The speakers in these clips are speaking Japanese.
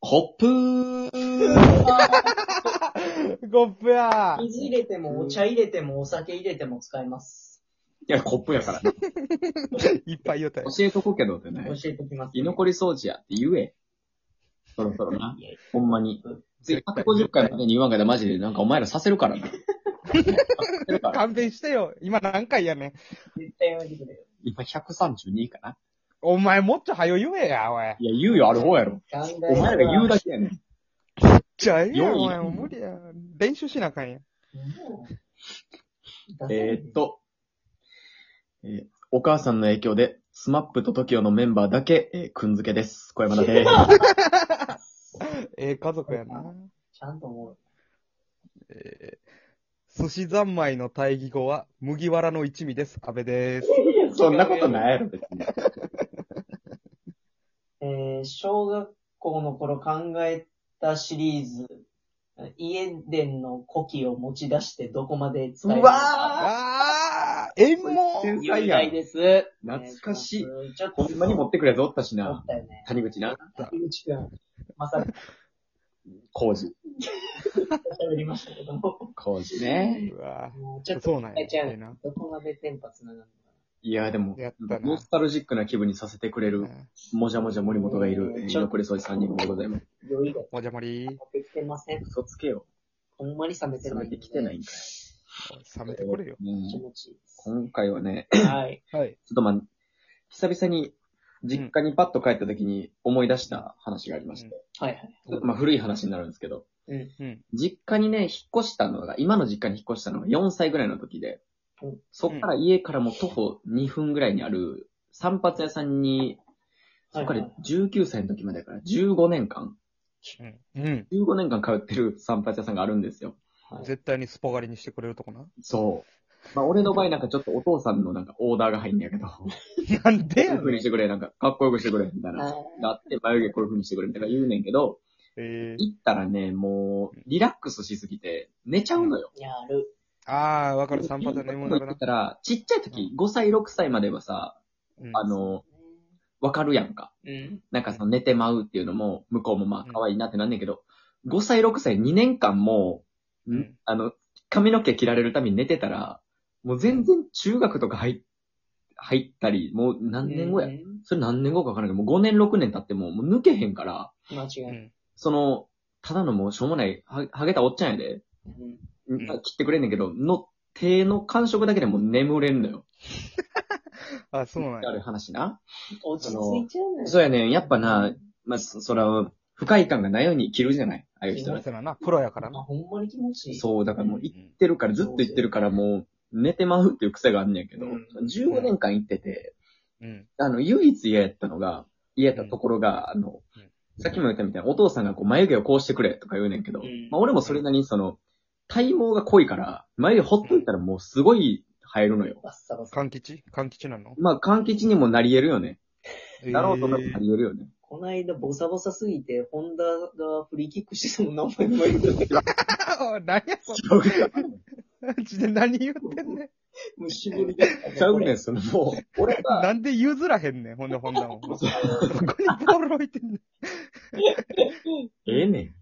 コップーコップや水入れても、お茶入れても、お酒入れても使えます。いや、コップやからね。 いっぱい言うたよ。教えとくけどってね。教えてきます、居残り掃除やって言え。そろそろな。いやいほんまにうん。次、150回までに言わんかったらマジでなんかお前らさせるからな。させるから。勘弁してよ。今何回やねん。や絶対やめてくれよ。 今132かな。お前もっと早言えや、おい。いや、言うよ、ある方やろ。考え お前らが言うだだけやねん。じゃあええやよん、いお前。もう無理や。練習しなあかんや。えーっと、えーお母さんの影響で、スマップと TOKIO のメンバーだけ、えー、くんづけです。小山田です。ええ家族やな。ちゃんと思う。えー、寿司三昧の対義語は、麦わらの一味です。安部です。 そんなことないやろ、別に。えー小学校の頃考えたシリーズ、家電の古希を持ち出してどこまで使えるのか。あー、えんうもわー言いたいです。懐かしいお願いします。ちょっと、ほんまに持ってくれぞおったし思なっ。たよね。谷口な。井口くん、まさか工事。喋りまし たけども。工事ね。うわもうちょーっと、そうなんや。えじゃあええな。どこまで電波繋がるいや、でもやっ、たなノスタルジックな気分にさせてくれる、もじゃもじゃ森本がいる、えー居残り掃除3人もでございます。のか。余裕がおじゃまりー。できてません。嘘つけよ。ほんまに冷めて冷なめい。てきてないんか冷めてくれよ。い。うん気持ちいいです。今回はね、はい。はい。ちょっとまあ、久々に実家にパッと帰った時に思い出した話がありまして、はいはい。ちょっとまあ古い話になるんですけど、うん。うん。実家にね、引っ越したのが、今の実家に引っ越したのが4歳ぐらいの時でうん、そっから家からも徒歩2分ぐらいにある散髪屋さんに、そっかはらい19歳の時までだから15年間、うん。うん。 15年間通ってる散髪屋さんがあるんですよ。はい絶対にスポ狩りにしてくれるとこな。そう。まあ俺の場合なんかちょっとお父さんのなんかオーダーが入んねやけ ど、なんでこうやいう風ねにんし。てくれ、なんかかっこよくしてくれ、みたいな。があって、眉毛こういう風にしてくれみたいな言うねんけど、えー、行ったらね、もう、リラックスしすぎて、寝ちゃうのよ。やる。あー、わかる。散髪は眠行なっくてな。たら、ちっちゃい時、5歳、6歳まではさ、うんあの、わかるやんか。うん。なんかその寝てまうっていうのも、向こうもまうあん可愛いなってなんねんけど、5歳、6歳、2年間もう、うんん、あの、髪の毛切られるために寝てたら、もう全然中学とか入っ入ったり、もう何年後や。うんそれ何年後かわからないけど、もう5年、6年経っても、もう抜けへんから、間違いうない。ん。その、ただのもうしょうもない、は、はげたおっちゃんやで、うん。ん切ってくれんねんけど、の、手の感触だけでもう眠れんのよ。あ、そうなんあるや。話な。落ち着いちゃうのよ。そうやねん、やっぱな、まあ、そそら、不快感がないように切るじゃないああいう人はそうやな。プロやからまな。あ、ほんまに気持ちいい。そう、だからもうう行っんてるから、ずっと行ってるからもう、寝てまうっていう癖があんねんけど、うん15年間行ってて、うん。あの、唯一嫌やったのが、嫌やったところが、あのうん、さっきも言ったみたいに、お父さんがこう眉毛をこうしてくれとか言うねんけど、うんまあ、俺もそれなりにその、体毛が濃いから、眉毛ほっといたらもうすごい生えるのよ。バッサバサ。勘吉勘吉なのまあ、柑橘にもなり得るよね。だろうとなりえ 得ーるよね。この間、ボサボサすぎて、ホンダがフリーキックしてたもん、名前も言うて。あー、何やそんな。ちで何言ってんねん。もう絞り出ちゃうねん、そのもう。俺が、 なんで譲らへんねん、ほんで、ほんだ もん。どこにボール置いてんねん。ええね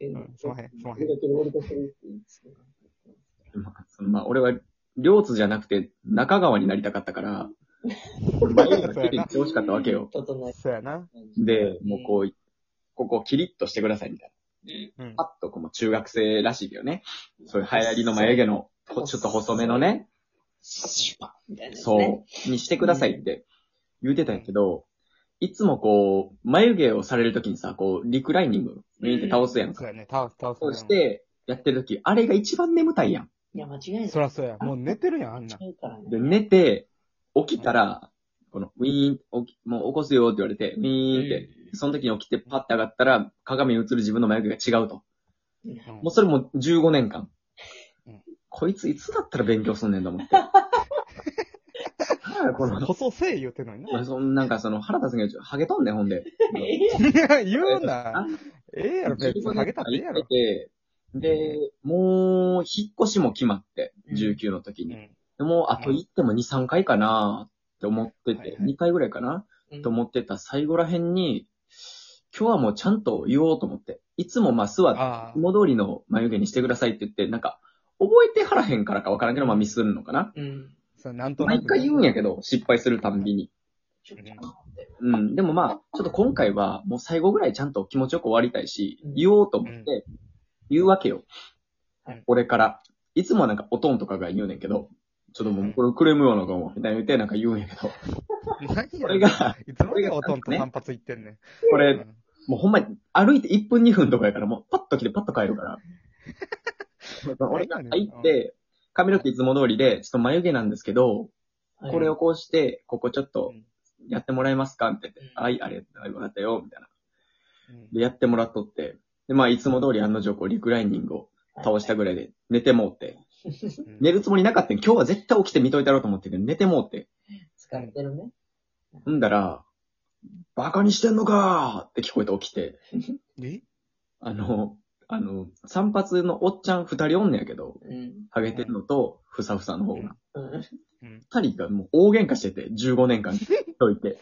うんすまへんすまへんだけど俺とするって言うんですよん。まあ、そのまあ俺は、両津じゃなくて、中川になりたかったから、眉毛が切りにしてほしかったわけよ。整えそうやな。た感じで、もうこう、ここをキリッとしてくださいみたいうんな。。パッとこう、もう中学生らしいよね。そういう流行りの眉毛の、ほちょっと細めのね、シュパッみたいなやつね。そう、にしてくださいって言うてたんやけど、いつもこう、眉毛をされるときにさ、こう、リクライニング、ウィーンって倒すやんそか。うやね。倒す、倒す。そうして、やってるとき、あれが一番眠たいやん。いや、間違いない。そらそうや。もう寝てるやん、あんな。違うからね。で、寝て、起きたら、この、ウィーン、起き、もう起こすよって言われて、ウィーンって、その時に起きてパッて上がったら、鏡に映る自分の眉毛が違うと。うんもうそれも15年間うん。こいついつだったら勉強すんねんと思って。なんだこの、細せえ言うてんのにまなあ、。そんなんかその腹立つんやけど、ハゲとんねん、ほんで。ええ言うな。ええやろ、別に。下げたってええやろ。で、で、もう、引っ越しも決まって、うん19の時うに。ん。もう、あと行っても2、3回かなって思ってはいて、はい2回ぐらいかなやんと思ってた最後ら辺に、今日はもうちゃんと言おうと思って。いつもまあ座って、あいつも通りの眉毛にしてくださいって言って、なんか、覚えてはらへんからかわからんけど、まあミスるのかな。うん。あ、そうなんとなく。毎回言うんやけど、失敗するたんびに。ちょっと待って。うん。でもまあ、ちょっと今回は、もう最後ぐらいちゃんと気持ちよく終わりたいしうん、言おうと思っうんて、言うわけよはい。俺から。いつもはなんか、おとんとかが言うねんけど、ちょっともうこれクレームようなのかも、みたいな言って、なんか言うんやけど、何こやれねんが、いつまでおとんと散髪行ってんねん。これう、んもうほんまに歩いて1分2分とかやから、もうパッと来てパッと帰る から。俺が入って、髪の毛いつも通りで、ちょっと眉毛なんですけど、はいこれを。こうして、ここちょっとやってもらえますかって言って、うんはい、あれ、はいわかったよ、みたいな。うんで、やってもらっとって、で、まあ、いつも通り案の定、こう、リクライニングを倒したぐらいで、寝てもうて。うん寝るつもりなかったん今日は絶対起きて見といたろうと思ってて、寝てもうて。疲れてるね。ほんだら、バカにしてんのかーって聞こえて起きて。えあの、あの、散髪のおっちゃん二人おんねやけど、うん。ハゲてるのと、ふさふさの方が。うん。二人がもう大喧嘩してて、15年間といて。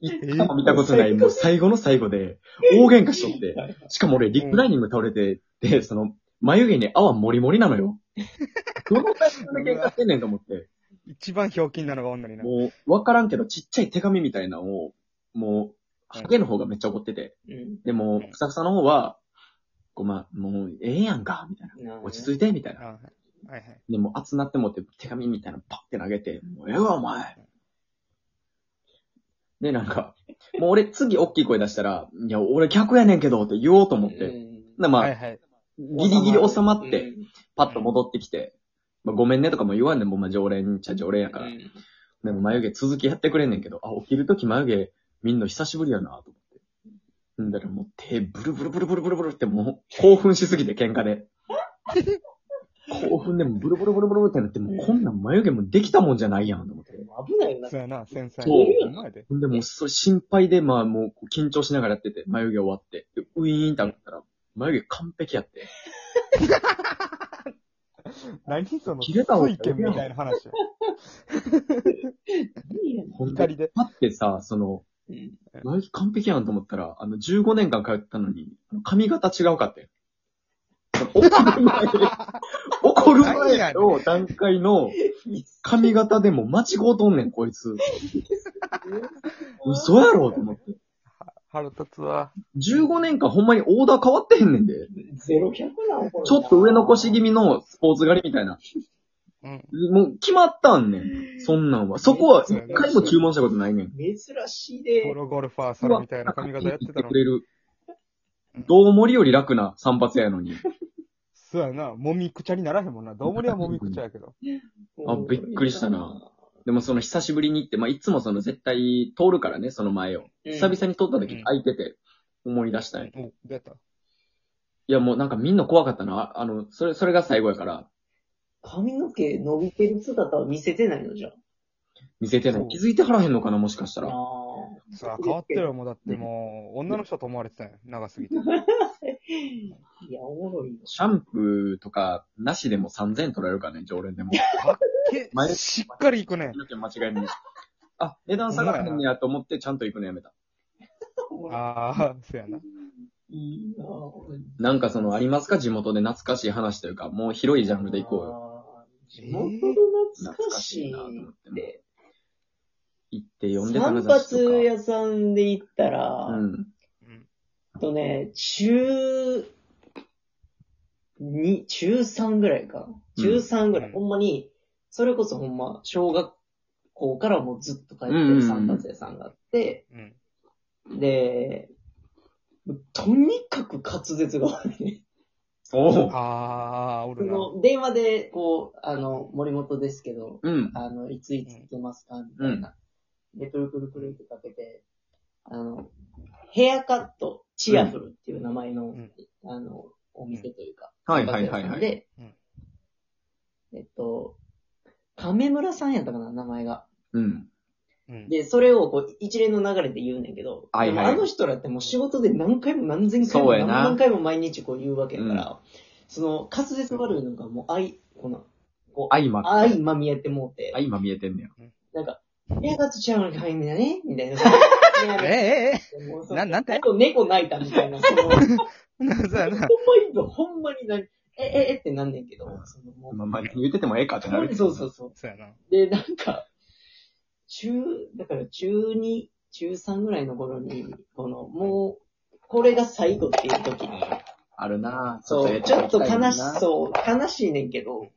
一え回も見たことない、もう最後の最後で、大喧嘩しとって。しかも俺、リクライニング倒れて、で、その、眉毛に泡もりもりなのよ。どのタイミングで喧嘩してんねんと思って。一番ひょうきんなのが女にな。もう、わからんけど、ちっちゃい手紙みたいなのを、もう、ハゲの方がめっちゃ怒ってて。うん。でも、ふさふさの方は、こう、まあ、もう、ええやんか、みたいな。落ち着いて、みたいな。あはいはい。で、もう熱なってもって手紙みたいなのパッて投げて、もうええわ、お前。で、なんか、もう俺次大きい声出したら、いや、俺客やねんけどって言おうと思って。うでん。まあ、はいはい。ギリギリ収まって、うん、パッと戻ってきて、まあ、ごめんねとかも言わんでも、まあ、常連っちゃ常連やから。うんでも眉毛続きやってくれんねんけど、あ、起きるとき眉毛見んの久しぶりやなと思って。んだからもう手ブルブルブルブルブルブルってもう興奮しすぎて喧嘩で。興奮でもうブルブルブルブルってなってもうこんなん眉毛もできたもんじゃないやんと思って。危ないよな。そうやな、繊細。そうお前で。ほんでもうそれ心配でまあもうこう緊張しながらやってて、眉毛終わって。でウィーンって上がったら眉毛完璧やって。何その、切れた方がいい水拳みたいな話。いいよほん怒りで。で。パってさ、その、うん。眉毛完璧やんと思ったら、あの、15年間通ったのに、あの髪型違うかって。怒る前、怒る前の段階の髪型でも間違うとんねん、こいつ。嘘やろと思って。腹立つわ。 15年間ほんまにオーダー変わってへんねんで。ゼロ百なのこれちょっと上残し気味のスポーツ狩りみたいな。うん。もう決まったんねん。そんなんは。そこは一回も注文したことないねん。珍しいで。プロゴルファーさんみたいな髪型やってたの く。れるうん。どうもりより楽な散髪やのに。そうやな、もみくちゃにならへんもんな。どうもりはもみくちゃやけど。あびっくりしたな。でもその久しぶりに行って、まあ、いつもその絶対通るからね、その前を。久々に通った時空いてて、思い出したい。お、出た。いやもうなんかみんな怖かったな。ああの、それ、それが最後やから、髪の毛伸びてる姿は見せてないのじゃん。見せてなそい。う気づいてはらへんのかな、もしかしたあら。あ。さあ、変わってるよ、もうだってもう、女の人と思われてたんや。長すぎて。いや、おもろいよ。シャンプーとか、なしでも3000取られるからね、常連で も。け前、しっかりいくね。間違いない。あ、値段下がらへんねやと思って、ちゃんと行くのやめた。ああ、そうやな。いいなぁ。なんかその、ありますか地元で懐かしい話というか、もう広いジャンルで行こうよ。よ。え地ー元で懐懐かかししいいななとと思思っってて。行って読んでた散の雑誌とか髪屋さんで行ったら、うん。うん。えっとね、中、に、中3ぐらいか。中3ぐらい。うんほんまに、それこそほんま、小学校からもうずっと通ってうんうんうるん散髪屋さんがあって、うん。で、とにかく滑舌が悪いね。おうああ、おそるな。の、電話で、こう、あの、森本ですけど、うん。あの、いついつ行けますかみたいな。で、くるくるくるってかけて、あの、ヘアカットチアフルっていう名前の、んあの、お店というか、はいはいはいはい。でうん、えっと、亀村さんやったかな、名前が。うん。うん。で、それをこう一連の流れで言うねんけど、はいはいでもあの人らってもう仕事で何回も何千回もそうや何な万回も毎日こう言うわけだから、その滑舌悪いのがもう愛、この、こう、相ま、愛まみえてもうて、相ま見えてんねや。なんか、ヘアカットちゃうのに入んねやねみたいな。気になええる。えもうえそな、なんて あと猫泣いたみたいな、その、ほんまな、そうやな。にど、ほんまにな、え、え、えってなんねんけど、そのもうまあ、まあ、言っててもええかってなるけど。そうそうそう。そうやな。で、なんか、中、だから中2、中3ぐらいの頃に、この、もう、これが最後っていう時に、あるなぁ。そう、ちょっと悲し、う。そう、悲しいねんけど、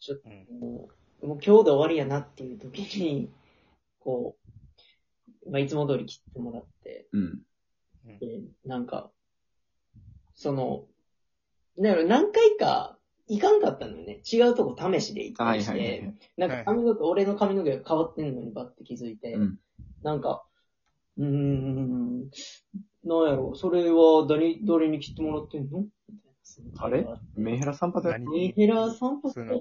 ちょっうんともう、もう今日で終わりやなっていう時に、こう、まあ、いつも通り切ってもらって、うん。で、なんか、その、だから何回か行かんかったのよね。違うとこ試しで行ったはいりして、はいはい。なんか髪の毛、俺の髪の毛が変わってんのにバッて気づいて、うんなんか、うーん、なんやろ、それは誰、誰に切ってもらってんのみたいなあれメンヘラ散髪やった何メヘラ散髪そ屋のさん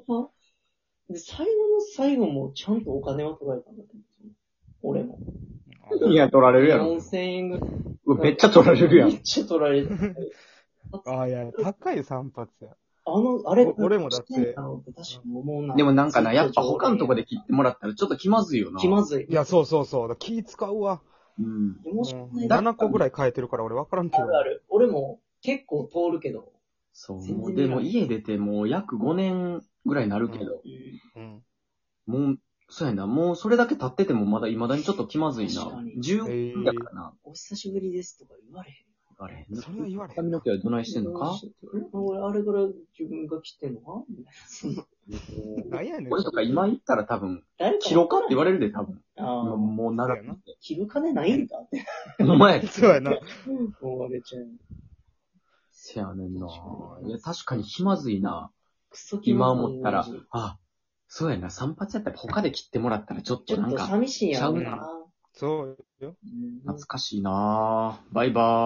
で、最後の最後もちゃんとお金は取られたんだけど、俺も。いや、取られるやろ。 4000円ぐらいうわめっちゃ取られるやめんっ。ちゃ取られた。ああ、いや、高い散髪や。あの、あれお俺もだって確かに思うな。でもなんかな、やっぱ他のとこで切ってもらったらちょっと気まずいよな。気まずい。いや、そうそうそう。だ気使うわ。うん。もしくない。 7個ぐらい変えてるから俺分からんけあどる。ある。俺も結構通るけど。そう。全然もうでも家出てもう約5年ぐらいになるけど、うん。もう、そうやな、もうそれだけ経っててもまだ未だにちょっと気まずいな確かに。 10分だからな。お久しぶりですとか言われへん。あれそれは言われへん髪の毛はどないしてんのか俺、あれから自分が来てんのかみたいなその。なんやねん。俺とか今言ったら多分、誰か切ろうかって言われるで、多分。あ今あ、もう長くそうやて。切る金ないんだって。お前、そうやな。思われちゃう。せやねんな確か。にいや、確かに気まずいな。クソ気今まずい思ったら、あ、そうやな、散髪やったら他で切ってもらったらちょっとちょなんっとか、寂しいやろうちゃうな。そうよ。うん懐かしいなバイバーイ。